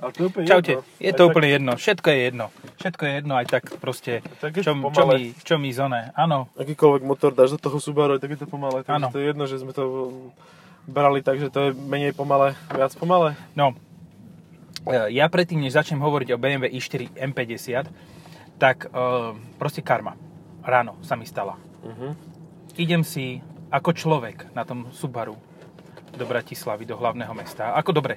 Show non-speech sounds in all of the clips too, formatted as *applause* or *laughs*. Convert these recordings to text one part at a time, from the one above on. Ale to je úplne Čaute, jedno. je Aj to tak- úplne jedno, všetko je jedno. Všetko je jedno, aj tak proste, Tak je čo, to čo, pomalé. mi, čo mi zone. Áno, Akýkoľvek motor dáš do toho Subaru, tak je to pomalé. Takže Áno. to je jedno, že sme to brali tak, že to je menej pomalé, viac pomalé. no, e, ja predtým, než začnem hovoriť o BMW i4 M50, tak e, proste karma. Ráno sa mi stala. Uh-huh. Idem si ako človek na tom Subaru do Bratislavy, do hlavného mesta. Ako dobre,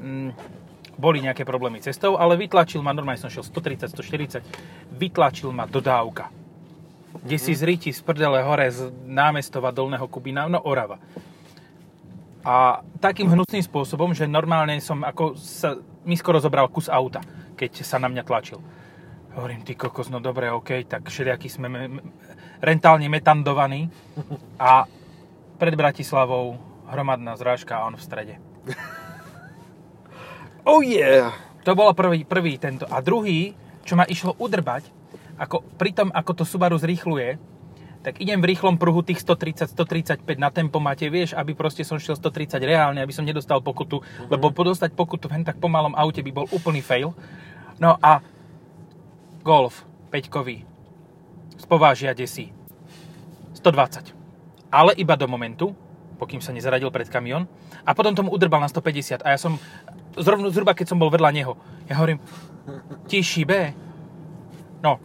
mm, boli nejaké problémy cestou, ale vytlačil ma, normálne som šiel 130, 140, vytlačil ma dodávka. Kde si z Riti, z Prdele hore, z námestova Dolného Kubina, no Orava. A takým hnusným spôsobom, že normálne som, ako sa, mi skoro zobral kus auta, keď sa na mňa tlačil. Hovorím, ty kokos, no dobre, OK, tak všelijakí sme me, me, rentálne metandovaní. A pred Bratislavou hromadná zrážka a on v strede. Oh yeah! To bolo prvý, prvý tento. A druhý, čo ma išlo udrbať, ako pri tom, ako to Subaru zrýchluje, tak idem v rýchlom pruhu tých 130-135 na tempomate, vieš, aby proste som šiel 130 reálne, aby som nedostal pokutu, mm-hmm. lebo podostať pokutu v hen tak pomalom aute by bol úplný fail. No a Golf 5-kový z povážia desí 120. Ale iba do momentu, pokým sa nezaradil pred kamión. A potom tomu udrbal na 150. A ja som, zrovna, zhruba keď som bol vedľa neho, ja hovorím, tiší B. No,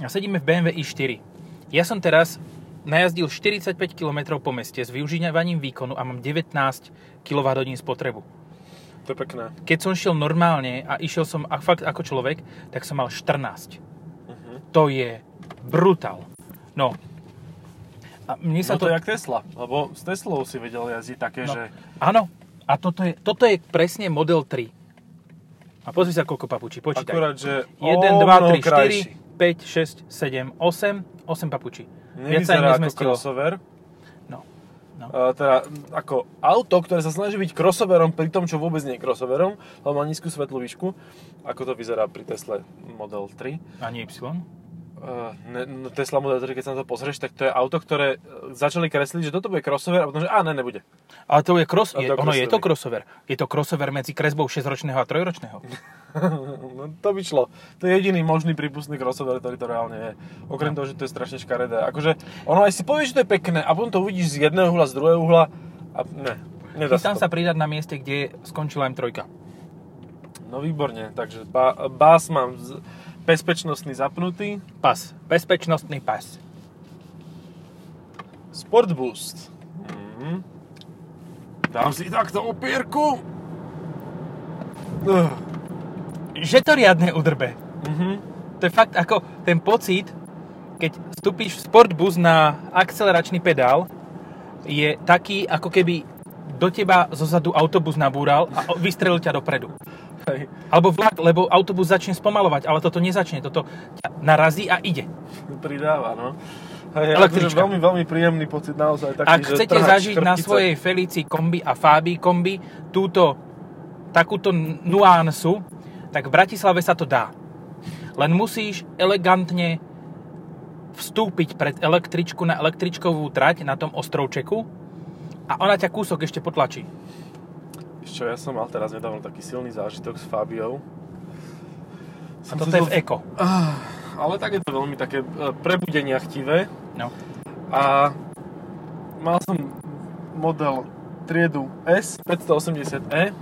a sedíme v BMW i4. Ja som teraz najazdil 45 km po meste s využívaním výkonu a mám 19 kWh spotrebu To je pekné. keď som šiel normálne a išiel som a fakt ako človek, tak som mal 14. Mhm. To je brutál. No. A mne Sa sa no to to... je jak Tesla, lebo s Teslou si vedel jazdiť také, no, že... Áno. A toto je, toto je presne model 3. A pozri sa, koľko papučí. Počítaj. Akurát, no, že 1, 2, 3, 4, 5, 6, 7, 8. 8 papučí. Viac sa im Nevyzerá ako nezmestilo. crossover. No. No. Uh, teda ako auto, ktoré sa snaží byť crossoverom pri tom, čo vôbec nie je crossoverom, lebo má nízku svetlú výšku, ako to vyzerá pri Tesle Model 3. Ani Y. Uh, ne, no Tesla Model 3, keď sa na to pozrieš, tak to je auto, ktoré e, začali kresliť, že toto bude crossover a potom, že a ne, nebude. *laughs* Ale to je, cross, A to je je, ono, crossover. je to crossover. Je to crossover medzi kresbou 6-ročného a 3-ročného. *laughs* no, to by šlo. To je jediný možný prípustný crossover, ktorý to reálne je. Okrem toho, že to je strašne škaredé. Akože ono aj si povieš, že to je pekné a potom to uvidíš z jedného uhla, z druhého uhla a ne, nedá Chystám sa sa to. pridať na mieste, kde skončila M3. No výborne, takže ba- bás mám z- bezpečnostný zapnutý, Pas. Bezpečnostný pas. Sport Boost. Mhm. Dám si takto opierku. Ugh. Že to riadne udrbe. Mhm. To je fakt ako ten pocit, keď vstúpiš v sportbus na akceleračný pedál, je taký, ako keby do teba zo zadu autobus nabúral a o- vystrelil ťa dopredu. Hej. Alebo vlak, lebo autobus začne spomalovať, ale toto nezačne, toto ťa narazí a ide. pridáva, no. Hej, Električka. akože veľmi, veľmi príjemný pocit naozaj. Taký, Ak že chcete trhať zažiť na chrbtice. svojej Felici kombi a Fabii kombi túto takúto n- nuansu, tak v Bratislave sa to dá. Len musíš elegantne vstúpiť pred električku na električkovú trať na tom ostrovčeku a ona ťa kúsok ešte potlačí. Vieš Čo, ja som mal teraz nedávno taký silný zážitok s Fabiou. A toto je v eko. Ale tak je to veľmi také e, prebudenia chtivé. No. A mal som model triedu S 580e.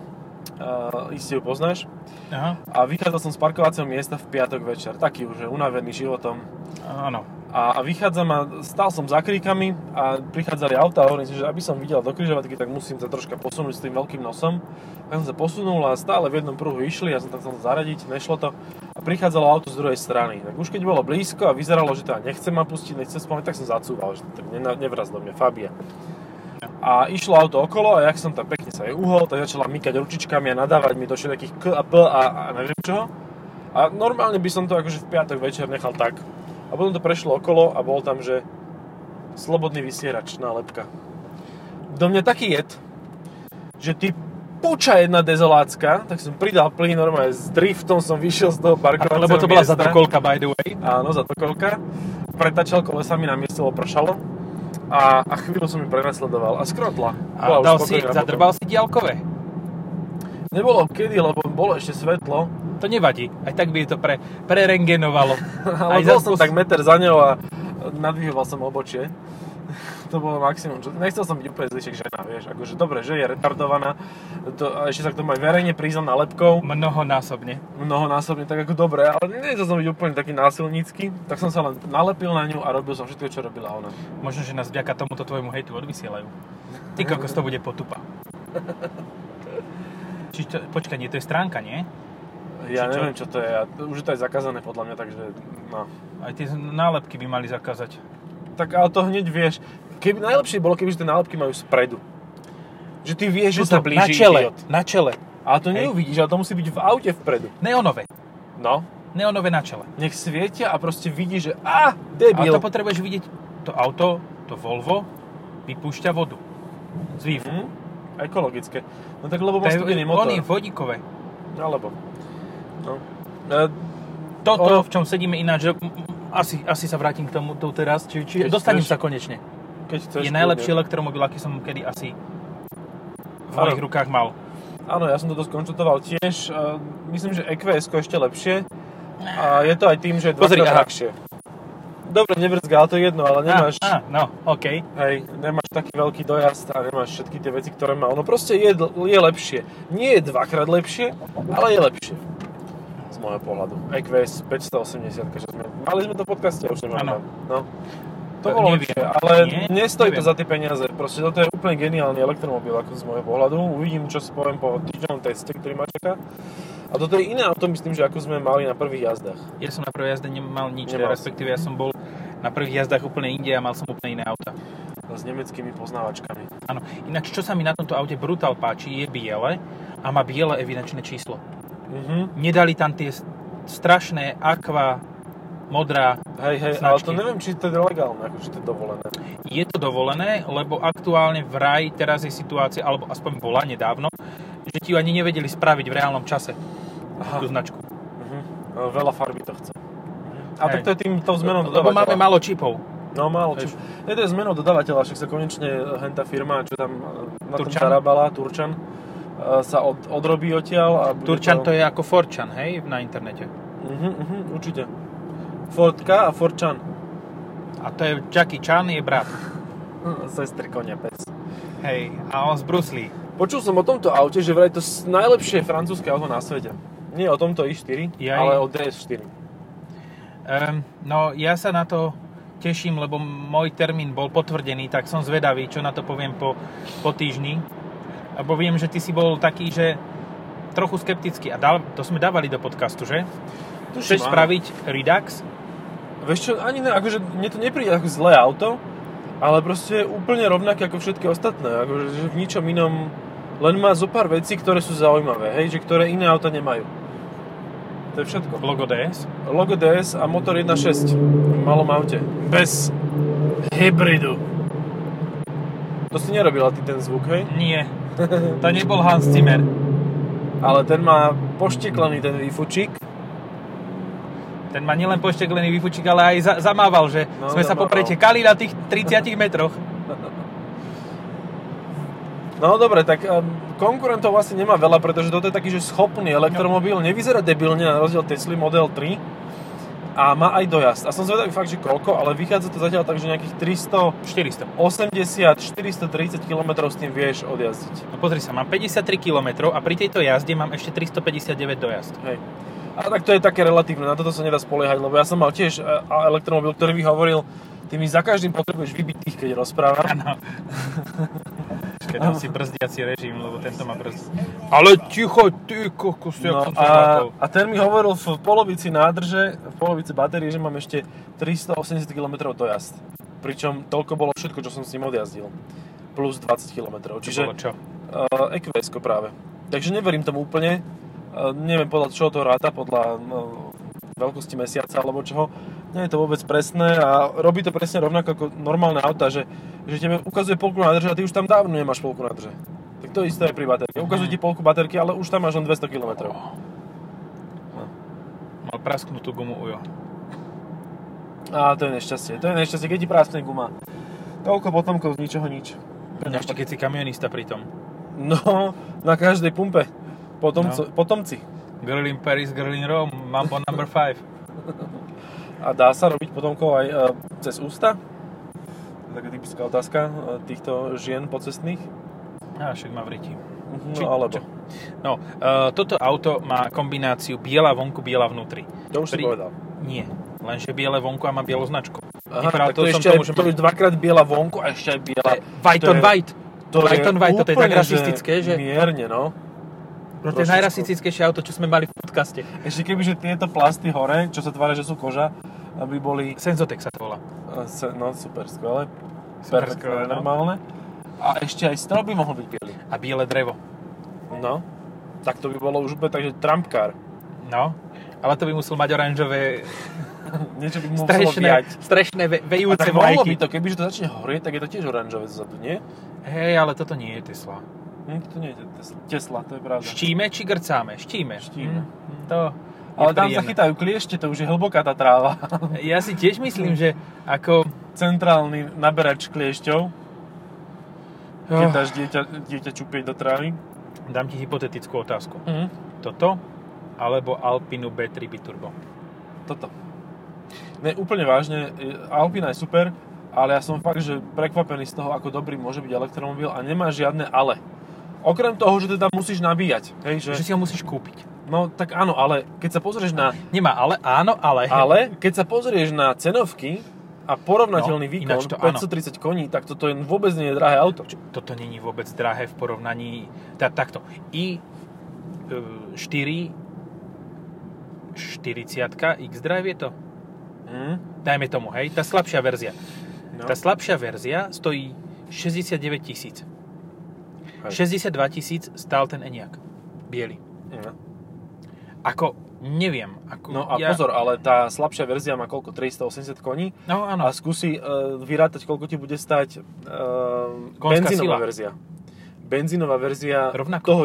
Uh, iste E, ju poznáš. Aha, A vychádzal som z parkovacieho miesta v piatok večer. Taký už, že unavený životom. áno. A, a vychádzam a stál som za kríkami a prichádzali auta a hovorím si, že aby som videl do križovatky, tak musím sa troška posunúť s tým veľkým nosom. Tak som sa posunul a stále v jednom pruhu išli, ja som tam chcel zaradiť, nešlo to. A prichádzalo auto z druhej strany. Tak už keď bolo blízko a vyzeralo, že teda nechce ma pustiť, nechce spomínať, tak som zacúval, že tak nena- nevraz do mňa, Fabia. A išlo auto okolo a jak som tam pekne sa jej uhol, tak začala mykať ručičkami a nadávať mi do všetkých K a P a, a neviem čoho. A normálne by som to akože v piatok večer nechal tak. A potom to prešlo okolo a bol tam, že slobodný vysierač, nálepka. Do mňa taký jed, že ty puča jedna dezolácka, tak som pridal plyn normálne s driftom, som vyšiel z toho parkovacieho Lebo to bola miesta. zadrkolka, by the way. Áno, zatokolka. Pretačal kolesami na mieste, lebo pršalo. A, a chvíľu som ju prenasledoval a skrotla. A Bola už dal si, spokojná potom. zadrbal si diálkové. Nebolo kedy, lebo bolo ešte *laughs* svetlo, To nevadí, aj tak by to pre, prerengenovalo. *laughs* ale za bol som spôs- tak meter za ňou a nadvihoval som obočie. *laughs* To bolo maximum. Čo, nechcel som byť úplne zlišek žena, vieš. Akože dobre, že je retardovaná. To, a ešte sa k tomu aj verejne priznal nálepkou. Mnohonásobne. mnohonásobne tak ako dobre, ale nechcel som byť úplne taký násilnícky, tak som sa len nalepil na ňu a robil som všetko, čo robila ona. Možno, že nás vďaka tomuto tvojmu hejtu odvysielajú. Ty kokos, to bude potupa. Čiže to, počkaj, nie, to je stránka, nie? Ja Či čo? neviem, čo to je, a to- už je to aj zakázané podľa mňa, takže no. Aj tie nálepky by mali zakázať. Tak ale to hneď vieš, keby najlepšie bolo, keby tie nálepky majú spredu. Že ty vieš, že sa Tuto, na blíži čele, idiot. na čele. Ale to Hej. neuvidíš, ale to musí byť v aute vpredu. Neonové. No, Neonové na čele. nech svietia a proste vidíš, že a Ale debil. to potrebuješ vidieť, to auto, to Volvo, vypúšťa vodu. Z výfu. Hm? Ekologické. No tak lebo má To je, studený motor. oni vodíkové. Alebo. No. E, Toto, Ono- v čom sedíme ináč, že m- m- asi, asi sa vrátim k tomu tu teraz, či, či Keď dostanem chceš- sa konečne. keď chceš je najlepší kľudne. elektromobil, aký som kedy asi v Áno. mojich rukách mal. Áno, ja som toto skonštatoval tiež. Uh, myslím, že EQS -ko ešte lepšie. A je to aj tým, že je Pozri, dvakrát aha. drahšie. Dobre, nevrzga, ale to je jedno, ale nemáš, Á, á, no, OK. hej, nemáš taký veľký dojazd a nemáš všetky tie veci, ktoré má. Ono proste je, dl- je lepšie. Nie je dvakrát lepšie, ale je lepšie. Z môjho pohľadu. E EQS 580, že sme, mali sme to v podcaste, ja už nemám. Áno. tam. No. To E, bolo neviem. lepšie, ale Nie? nestojí to Neviem. za tie peniaze. Proste toto je úplne geniálny elektromobil, ako z môjho pohľadu. Uvidím, čo si poviem po týždňovom teste, ktorý ma čaká. A toto je iné auto, myslím, že ako sme mali na prvých jazdách. Ja som na prvej jazde nemal nič, Nemal si. respektíve ja som bol na prvých jazdách úplne inde a mal som úplne iné auta. No, S nemeckými poznávačkami. Áno, ináč čo sa mi na tomto aute brutál páči, je biele a má biele evidenčné číslo. Mhm. Nedali tam tie s- strašné aqua, modrá. Hej, hej, ale Značky. to neviem, či to je legálne, ako či to je dovolené. Je to dovolené, lebo aktuálne v raj teraz je situácia, alebo aspoň bola nedávno, že ti ju ani nevedeli spraviť v reálnom čase, Aha. tú značku. Mhm. No, Veľa farby to chce. A Hej. tak to je tým tou zmenou Lebo dodávateľa. máme málo čipov. No málo, či... Vieš. Je to je zmenou dodávateľa, však sa konečne hen tá firma, čo tam e, na Turčan? tom zarábala, Turčan, e, sa od, odrobí odtiaľ. A bude Turčan to je ako Forčan, hej, na internete. Mhm, mhm, určite. Fordka a Forčan. A to je Jackie Chan, je brat. Hm, Sestry konia pes. Hej, a on z Bruce Lee. Počul som o tomto aute, že vraj to s- najlepšie francúzske auto na svete. Nie o tomto i4, Jaj. ale o DS4. Ehm, no, ja sa na to teším, lebo môj termín bol potvrdený, tak som zvedavý, čo na to poviem po, po týždni. Lebo viem, že ty si bol taký, že trochu skeptický. A dal, to sme dávali do podcastu, že? Tuším, Chceš áno. spraviť Redux? Vieš čo, ani ne, akože mne to nepríde ako zlé auto, ale proste je úplne rovnaké ako všetky ostatné. Akože že v ničom inom len má zo pár vecí, ktoré sú zaujímavé, hej, že ktoré iné auta nemajú. To je všetko. Logo DS? Logo DS a motor 1.6 v malom aute. Bez hybridu. To si nerobila ty ten zvuk, hej? Nie. To nebol Hans Zimmer. Ale ten má pošteklený ten výfučík. Ten ma nielen pošteklený výfučík, ale aj za, zamával, že No, sme sa zamával. popretekali na tých 30 metroch. No dobre, tak um, konkurentov vlastne nemá veľa, pretože toto je taký, že schopný elektromobil, nevyzerá debilne na rozdiel Tesly Model 3 a má aj dojazd. A som zvedavý fakt, že koľko, ale vychádza to zatiaľ tak, že nejakých 400. 380-430 km s tým vieš odjazdiť. No pozri sa, mám 53 km a pri tejto jazde mám ešte 359 dojazd. Hej. A tak to je také relatívne, na toto sa nedá spoliehať, lebo ja som mal tiež e, a elektromobil, ktorý by hovoril, ty mi za každým potrebuješ vybitých, keď rozprávam. Áno. Keď dám si brzdiaci režim, lebo tento má brzd. Ale ticho, ty kokos, jak No som a, sa zlákol. a ten mi hovoril v polovici nádrže, v polovici batérie, že mám ešte 380 km dojazd. Pričom toľko bolo všetko, čo som s ním odjazdil. Plus 20 km. To Čiže bolo čo? uh, eqs práve. Takže neverím tomu úplne. Uh, neviem podľa čoho to ráta, podľa no, veľkosti mesiaca alebo čoho. Nie je to vôbec presné a robí to presne rovnako ako normálne auta, že, že tebe ukazuje polku nádrže a ty už tam dávno nemáš polku nádrže. Tak to isté je pri baterke. Ukazuje ti polku baterky, ale už tam máš len 200 km. Mal prasknutú gumu ujo. A to je nešťastie, to je nešťastie, keď ti práskne guma. Toľko potomkov z ničoho nič. No, Ešte keď si kamionista pri tom. No, na každej pumpe. Potom, No. no. potomci. Girl in Paris, girl in Rome, Mambo number 5. A dá sa robiť potomkov aj e, cez ústa? To je Taká typická otázka e, týchto žien pocestných. No, A však ma vretí. Mhm, Či- No alebo. čo? No, e, toto auto má kombináciu biela vonku, biela vnútri. To už si Pri- povedal. Nie, lenže biele vonku a má bielu značku. Aha, Vypráv- tak to, to som ešte, tomu, že to ma- už dvakrát biela vonku a ešte aj biela... White to on je- white. white on white, toto je tak úplne, že rasistické, že... Mierne, no. To je trošičku. najrasistickejšie auto, čo sme mali v podcaste. Ešte keby, že tieto plasty hore, čo sa tvária, že sú koža, aby boli... Senzotek sa to volá. e, se- No, super, skvelé. Super, Perfektné, skvelé, no. normálne. A ešte aj strop by mohol byť biely. A biele drevo. No. Tak to by bolo už úplne takže Trump car. *laughs* No, ale to by musel mať oranžové, Niečo by mu muselo strešné, viať. strešné ve, A vejúce tak mohlo by vlajky. to, kebyže to začne horieť, tak je to tiež oranžové zadu, nie? Hej, ale toto nie je Tesla. Hm, to nie je Tesla, Tesla, to je pravda. Štíme či grcáme? Štíme. Štíme. Hm, to je Ale tam sa príjemné. chytajú kliešte, to už je hlboká tá tráva. *laughs* Ja si tiež myslím, že ako... Centrálny naberač kliešťov, keď dáš dieťa, dieťa čupieť do trávy. Dám ti hypotetickú otázku. Mhm. Toto alebo Alpinu B3 Biturbo. Toto. Ne, úplne vážne, e, Alpina je super, ale ja som fakt, že prekvapený z toho, ako dobrý môže byť elektromobil a nemá žiadne ale. Okrem toho, že teda musíš nabíjať. Hej, že, Že si ho musíš kúpiť. no tak áno, ale keď sa pozrieš na... Nemá ale, áno, ale. Ale keď sa pozrieš na cenovky a porovnateľný No, výkon, ináč to áno. 530 koní, tak toto je vôbec nie je drahé auto. Toto není vôbec drahé v porovnaní... Tá, takto. I e, 4 40 X-Drive je to? Hm? Dajme tomu, hej? Tá slabšia verzia. No. Tá slabšia verzia stojí 69 tisíc. Hej. 62 tisíc stál ten Enyaq. Bielý. No. Ako, neviem. Ako, No a ja, pozor, ale tá slabšia verzia má koľko? 380 koní No áno, a skúsi uh, vyrátať, koľko ti bude stať uh, Konská benzínová sila. verzia. Benzínová verzia Rovnako.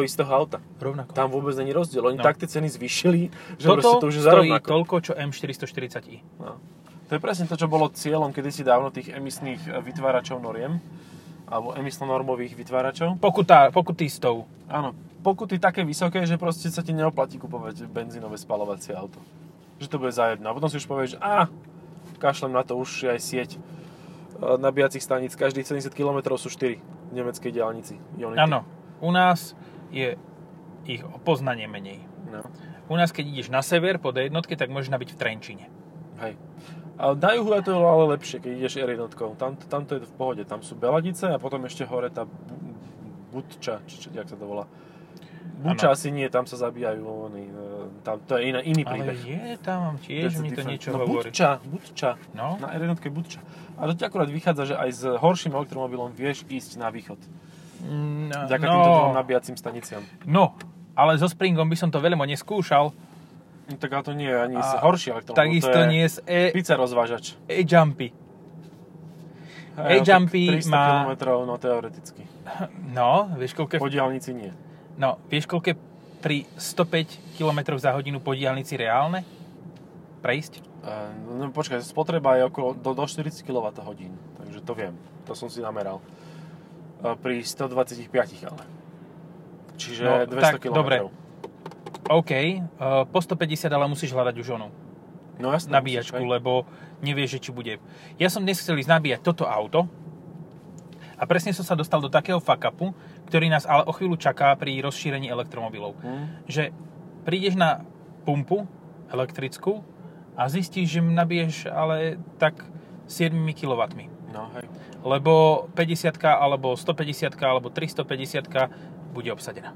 toho istého auta. rovnako. Tam vôbec není rozdiel. Oni no. No. tak tie ceny zvýšili, že proste to Toto už je stojí zarovnako. toľko, čo M440i. No. To je presne to, čo bolo cieľom kedysi dávno tých emisných e, vytváračov noriem alebo emisno-normových vytváračov. Pokuta, pokuty s tou. Áno, pokuty také vysoké, že proste sa ti neoplatí kupovať benzínové spalovacie auto. Že to bude zajedno. A potom si už povieš, že á, kašlem na to, už je aj sieť e, nabíjacích staníc. Každých 70 km sú 4 v nemeckej diálnici. Ionity. Áno, u nás je ich o poznanie menej. No. U nás, keď ideš na sever po D1, tak môžeš nabiť v Trenčine. Hej. A na juhu je to ale lepšie, keď ideš R1. Tam, tam to je v pohode. Tam sú Beladice a potom ešte hore tá Bu- Budča, či, či jak sa to volá. Buča Áno. asi nie, tam sa zabíjajú oni. e, Tam, to je iná, iný Ale príbeh. je tam, tiež That's mi to different. niečo no, hovorí. Budča, Budča. No, Na R1 Budča. A to ti akurát vychádza, že aj s horším elektromobilom vieš ísť na východ. Mm, Ďaká no, týmto dvom nabíjacím staniciam. no, ale so Springom by som to veľmi neskúšal. No, tak ale to nie je ani A s horší elektromobil. Takisto to je nie s e, Pizza rozvážač. e jumpy. Hej, A-Jumpy tak 300 má- kilometrov, no teoreticky. No, vieš koľko, Po je- diálnici nie. no, vieš koľko je pri 105 km za hodinu po diálnici reálne? Prejsť? Eh, No počkaj, spotreba je okolo do, do 40 kWh, takže to viem, to som si nameral. Eh, Pri 125 ale. Čiže No, 200 tak, km. dobre. OK, e, po 150 ale musíš hľadať už onu. No jasné. nabíjačku, musíš, hej. lebo nevieš, že či bude. Ja som dnes chcel ísť nabíjať toto auto a presne som sa dostal do takého fuck-upu, ktorý nás ale o chvíľu čaká pri rozšírení elektromobilov. Hm? Že prídeš na pumpu elektrickú a zistíš, že nabiješ ale tak 7 kW. No hej. Lebo 50 alebo 150 alebo 350 bude obsadená.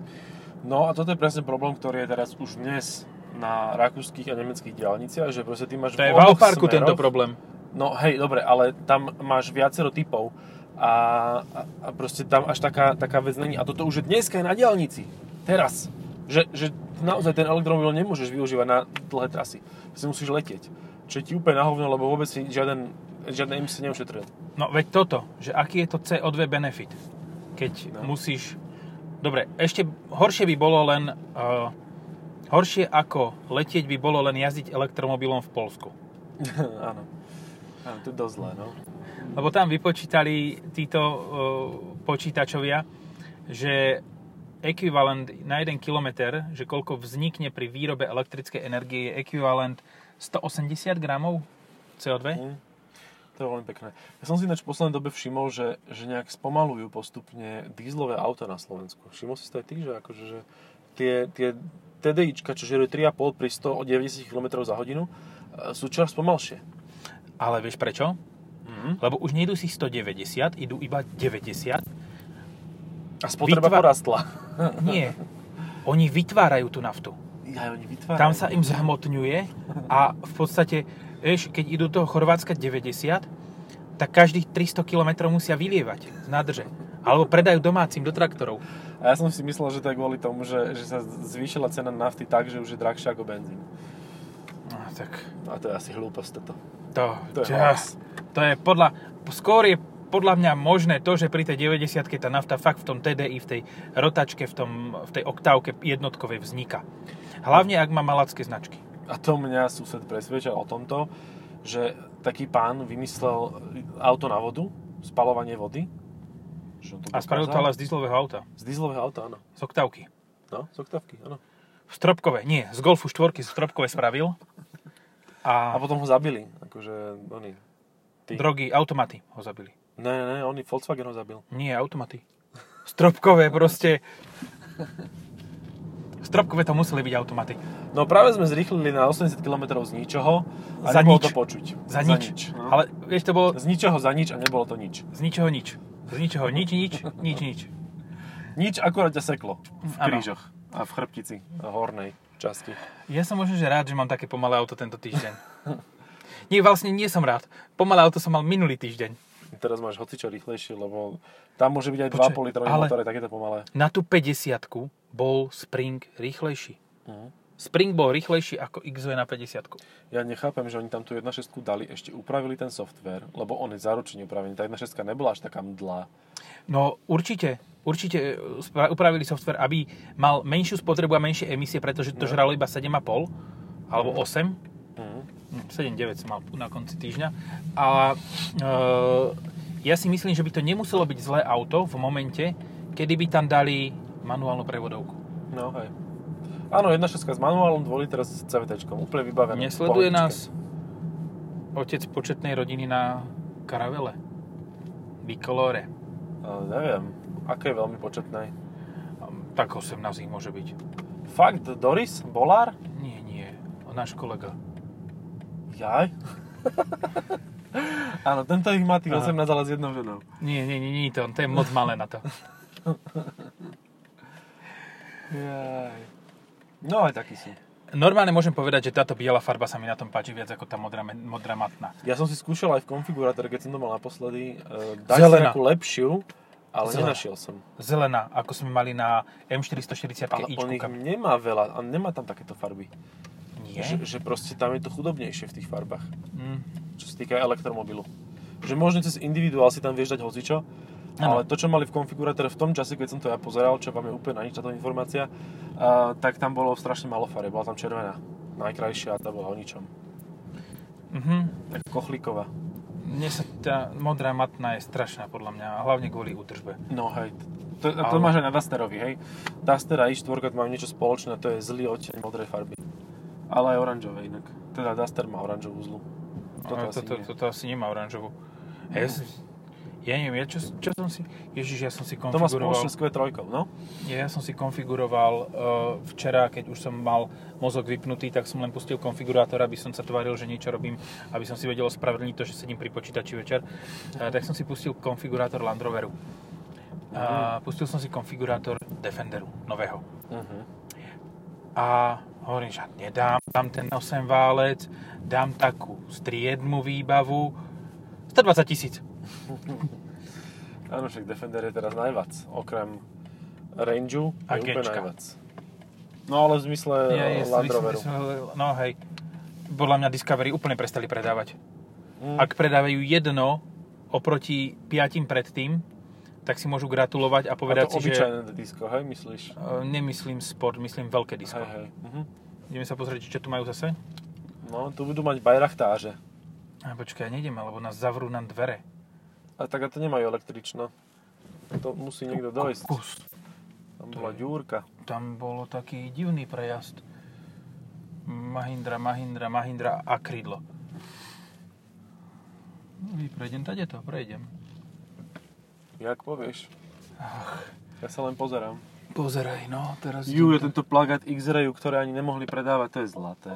No a toto je presne problém, ktorý je teraz už dnes na rakúskych a nemeckých diálniciach, že proste ty máš To je v oboch Alparku smeroch- tento problém. No hej, dobre, ale tam máš viacero typov a, a, a proste tam až taká, taká vec není. A toto už je dneska aj na diálnici. Teraz. Že, že naozaj ten elektromobil nemôžeš využívať na dlhé trasy. Si musíš letieť. Čo je ti úplne na hovno, lebo vôbec si žiaden, žiadne emisie neušetril. *laughs* No veď toto, že aký je to CO2 benefit, keď no. No. musíš... Dobre, ešte horšie by bolo len... Uh, horšie ako letieť by bolo len jazdiť elektromobilom v Polsku. Áno. Áno, to je dosť zlé, no. Lebo tam vypočítali títo uh, počítačovia, eh, že ekvivalent na 1 km, že koľko vznikne pri výrobe elektrickej energie, je ekvivalent 180 gramov CO2. Hm. To je veľmi pekné. Ja som si ináč v poslednej dobe všimol, že, že nejak spomalujú postupne dízlové auta na Slovensku. Všimol si to aj ty, že, akože, že tie, tie TDIčka, čo žerujú 3,5 pri 100 od 90 km za hodinu, e, sú čoraz pomalšie. Ale vieš prečo? Mhm. Lebo už nejdú si 190, idú iba 90. A spotreba Vytva- porastla. *laughs* Nie. Oni vytvárajú tú naftu. Ja, oni vytvárajú. Tam sa im zhmotňuje a v podstate, vieš, keď idú do toho Chorvátska 90, tak každých 300 km musia vylievať z nádrže. Alebo predajú domácim do traktorov. A ja som si myslel, že to je kvôli tomu, že, že sa zvýšila cena nafty tak, že už je drahšia ako benzín. No, tak A to je asi hlúposť toto. to, To je ja, hoax. to je podľa, skôr je podľa mňa možné to, že pri tej 90 tá nafta fakt v tom TDI, v tej rotačke, v, tom, v tej oktávke jednotkovej vzniká. Hlavne, ak má malacké značky. A to mňa sused presvedčal o tomto, že taký pán vymyslel auto na vodu, spalovanie vody. Že on A spravil to dokázal. ale z dieselového auta. Z dieselového auta, áno. Z oktávky. No, z oktávky, áno. Stropkové, nie, z Golfu štvorky z Stropkové spravil. A A, potom ho zabili, akože oni. ty. drogy, automaty ho zabili. Ne, ne, ne, oni Volkswagen ho zabil. Nie, automaty. Stropkové proste. Stropkové to museli byť automaty. No práve sme zrýchlili na 80 km z ničoho a Za nebolo nič. to počuť. Za nič. no. Ale vieš, to bolo Z ničoho za nič a nebolo to nič. z ničoho nič. Z ničoho nič, nič, nič, nič. Nič akurát ťa seklo. V Áno. krížoch a v chrbtici a hornej časti. Ja som možno, že rád, že mám také pomalé auto tento týždeň. Nie, vlastne nie som rád. Pomalé auto som mal minulý týždeň. Teraz máš hocičo rýchlejšie, lebo tam môže byť aj Počkaj, 2,5 litrový ale- motor, aj takéto pomalé. Na tú 50 bol Spring rýchlejší. Mhm. Spring bol rýchlejší ako XV na 50. Ja nechápem, že oni tam tú 1.6 dali, ešte upravili ten software, lebo on je zaručene upravený. Tá 1.6 nebola až taká mdlá. No určite, určite e, spra- upravili software, aby mal menšiu spotrebu a menšie emisie, pretože to žralo iba 7,5 alebo 8. Mhm. 7,9 som mal na konci týždňa. A e, ja si myslím, že by to nemuselo byť zlé auto v momente, kedy by tam dali manuálnu prevodovku. No, hej. Áno, 1.6 s manuálom, 2 liter s CVT, úplne vybavené. Nesleduje Pohodička. nás otec početnej rodiny na karavele. Bicolore. Ale neviem, aké je veľmi početné. Tak 18 ich môže byť. Fakt, Doris? Bolár? Nie, nie. Náš kolega. Jaj. *laughs* Áno, tento ich má tých Aha. 18, ale s jednou ženou. Nie, nie, nie, nie, to, to je moc malé na to. Jaj. No aj taký sú. Normálne môžem povedať, že táto biela farba sa mi na tom páči viac ako tá modrá, me- modrá matná. Ja som si skúšal aj v konfigurátore, keď som to mal naposledy, e, dať Zelená. Zelená. takú lepšiu, ale Zelená. Zelená. nenašiel som. Zelená, ako sme mali na M440 Ale ičku. on ich kam- nemá veľa a nemá tam takéto farby. Nie? Že, že proste tam je to chudobnejšie v tých farbách, Mm. čo sa týka elektromobilu. Že možno cez individuál si tam vieš dať hocičo, Áno. ale to, čo mali v konfigurátore v tom čase, keď som to ja pozeral, čo vám je úplne na nič táto informácia, a, tak tam bolo strašne malo farieb. Bola tam červená, najkrajšia a tá bola o ničom. Mhm. Tak kochlíková. Mne sa tá modrá matná je strašná podľa mňa, a hlavne kvôli údržbe. No hej, to, to, to Ale- máš aj na Dusterovi, hej. Duster a i4 majú niečo spoločné, to je zlý odtieň modrej farby. Ale aj oranžové inak. Teda Duster má oranžovú zlu. Toto No, Ale asi toto, nie. toto asi nemá oranžovú. Ja, som, ja neviem, ja čo, čo som si... Ježiš, ja som si To má spoločné konfiguroval... s Q3, no. Ja som si konfiguroval eh, včera, keď už som mal mozog vypnutý, tak som len pustil konfigurátor, aby som sa tvaril, že niečo robím, aby som si vedel ospravedlniť to, že sedím pri počítači večer. Eh, tak som si pustil konfigurátor Land Roveru. Mm. A pustil som si konfigurátor Defenderu, nového. Mhm. Uh-huh. A hovorím, že nedám tam ten 8 válec, dám takú striedmu výbavu, 120 tisíc. Áno, však Defender je teraz najvac. Okrem Rangeu A je úplne Gčka. najvac. No ale v zmysle Ja, eh, ja, Land som- Roveru. som- no hej, podľa mňa Discovery úplne prestali predávať. Mm. Ak predávajú jedno oproti piatim predtým, tak si môžu gratulovať a a povedať to si, že obyčajné disko, hej, myslíš? e, nemyslím sport, myslím veľké disko. Hej, hej. Uh-huh. Ideme sa pozrieť, čo tu majú zase. No, tu budú mať bajrachtáže. A počkaj, nejdeme, lebo nás zavrú na dvere. A tak a to nemajú električno. To musí niekto dojsť. Kus. A Tam bola ďúrka. Tam bolo taký divný prejazd. Mahindra, Mahindra, Mahindra a krídlo. No, vy prejdem tady to, prejdem. Jak povieš. Ja sa len pozerám. Pozeraj, no, teraz... Júre, tento plagát X-Rayu, ktoré ani nemohli predávať, to je zlaté.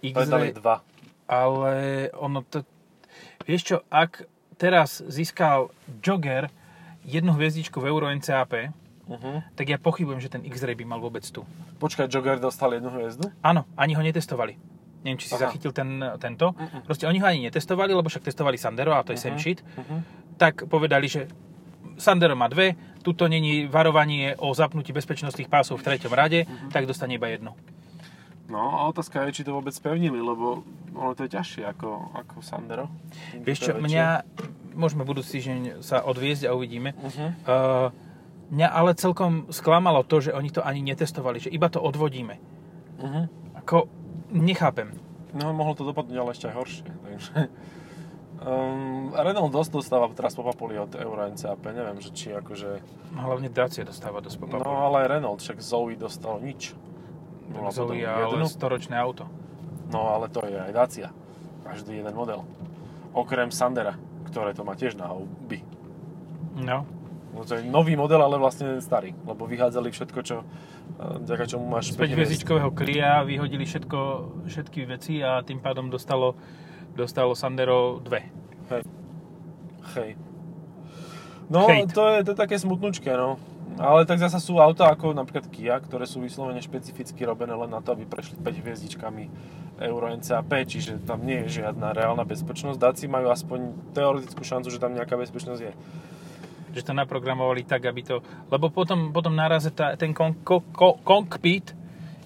Predali dva. ale ono to... Vieš čo, ak teraz získal Jogger jednu hviezdičku v Euro NCAP, Uh-huh. tak ja pochybujem, že ten X-Ray by mal vôbec tu. Počkaj, Jogger dostal jednu hviezdu? Áno, ani ho netestovali. Neviem, či si Aha. zachytil ten, tento. Proste oni ho ani netestovali, lebo však testovali Sandero a to je uh-huh. shit. Uh-huh. Tak povedali, že Sandero má dve, tuto není varovanie o zapnutí bezpečnostných pásov v treťom rade, uh-huh. tak dostane iba jednu. No a otázka je, či to vôbec spevnili, lebo ono to je ťažšie ako, ako Sandero. Vieš čo, mňa, môžeme budúci týždeň sa odviezť a uvidíme. Uh-huh. Uh, mňa ale celkom sklamalo to, že oni to ani netestovali, že iba to odvodíme. Uh-huh. Ako, nechápem. No mohlo to dopadnúť ale ešte aj horšie. Takže... *laughs* Um, Renault dosť dostáva teraz popapuli od Euro NCAP, neviem, že či akože... Hlavne Dacia dostáva dosť No popapov. ale aj Renault, však Zoe dostal nič. Bola No, Zoe, potom ale jednu. storočné auto. No ale to je aj Dacia. Každý jeden model. Okrem Sandera, ktoré to má tiež na huby. No. No to je nový model, ale vlastne starý. Lebo vyhádzali všetko, čo... eh, Vďaka čomu máš... päť Späť hviezd. hviezdičkového kria vyhodili všetko, všetky veci a tým pádom dostalo, dostalo Sandero dve. Hej. No, Hejt. to je, to je také smutnúčke, no. Ale tak zase sú auta ako napríklad Kia, ktoré sú vyslovene špecificky robené len na to, aby prešli 5 hviezdičkami Euro NCAP, čiže tam nie je žiadna reálna bezpečnosť. Dáci majú aspoň teoretickú šancu, že tam nejaká bezpečnosť je. Že to naprogramovali tak, aby to... Lebo potom, potom náraze tá, ten kon, ko, ko, kokpit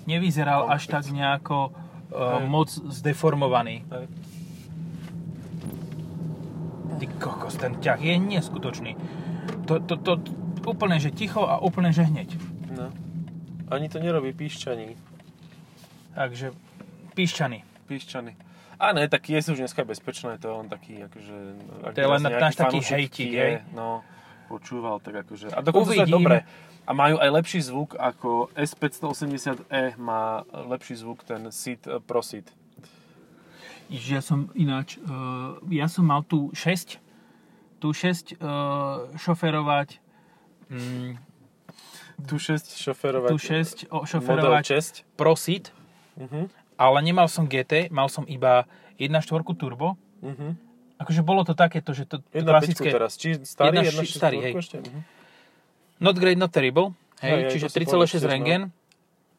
nevyzeral až Kokpit. tak nejako uh, Hej. moc zdeformovaný. Hej. Ty kokos, ten ťah je neskutočný. To, to, to, úplne že ticho a úplne že hneď. No. Ani to nerobí píščaní. Takže píšťany. Píščany. A ne, tak je si už dneska bezpečné, to je len taký, akože... ak To je len zase nejaký náš taký fanúšik hejtík, Kie, hej. No, počúval, tak akože... A dokonca sú aj Uvidíme. dobré. A majú aj lepší zvuk ako S580e E má lepší zvuk ten SID e, Pro SID. Ježiš, ja som ináč, uh, ja som mal tu 6, tu 6 uh, šoferovať, mm, Tu 6 šoferovať. tu 6 o, model šoferovať česť. prosit, Uh-huh. ale nemal som GT, mal som iba 1.4 turbo. Uh-huh. Akože bolo to takéto, že to, to Jedna klasické, klasické... teraz, či starý, Jedna jedna, ši- starý, hej. Ešte? Uh-huh. not great, not terrible, hej, Hej, hej, čiže to si 3,6 povedal, rengen,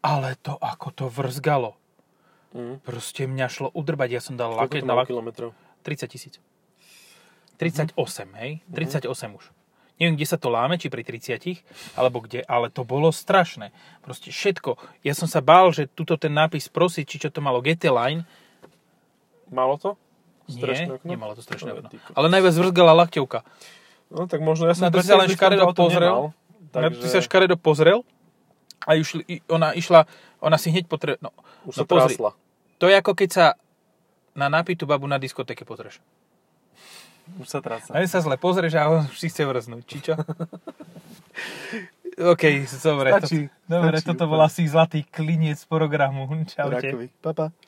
ale to ako to vrzgalo. Mm. Proste mňa šlo udrbať, ja som dal Koľko lakeť to na malo lak... kilometrov? 30 tisíc. 38, hej? Mhm. 38 už. Neviem, kde sa to láme, či pri 30, alebo kde, ale to bolo strašné. Proste všetko. Ja som sa bál, že tuto ten nápis prosí, či čo to malo GT Line. Malo to? Nie, Strašné okno? nemalo to strašné Ale okno. ty kokos. Ale najviac vrzgala lakťovka. No tak možno ja som... Na to si sa len predtým škaredo to auto pozrel. nemal, Takže... Ty sa škaredo pozrel a išli, i- ona išla, ona si hneď potre... No, Už no sa pozri, trásla. to je ako keď sa na nápitu babu na diskotéke pozrieš. Už sa tráca. A len sa zle pozrieš a on už si chce vrznúť, či *laughs* čo? OK, dobre. Stačí, to, dobre, stačí toto úplne. bol asi zlatý kliniec programu. Čaute. Rakovi. Pa, pa.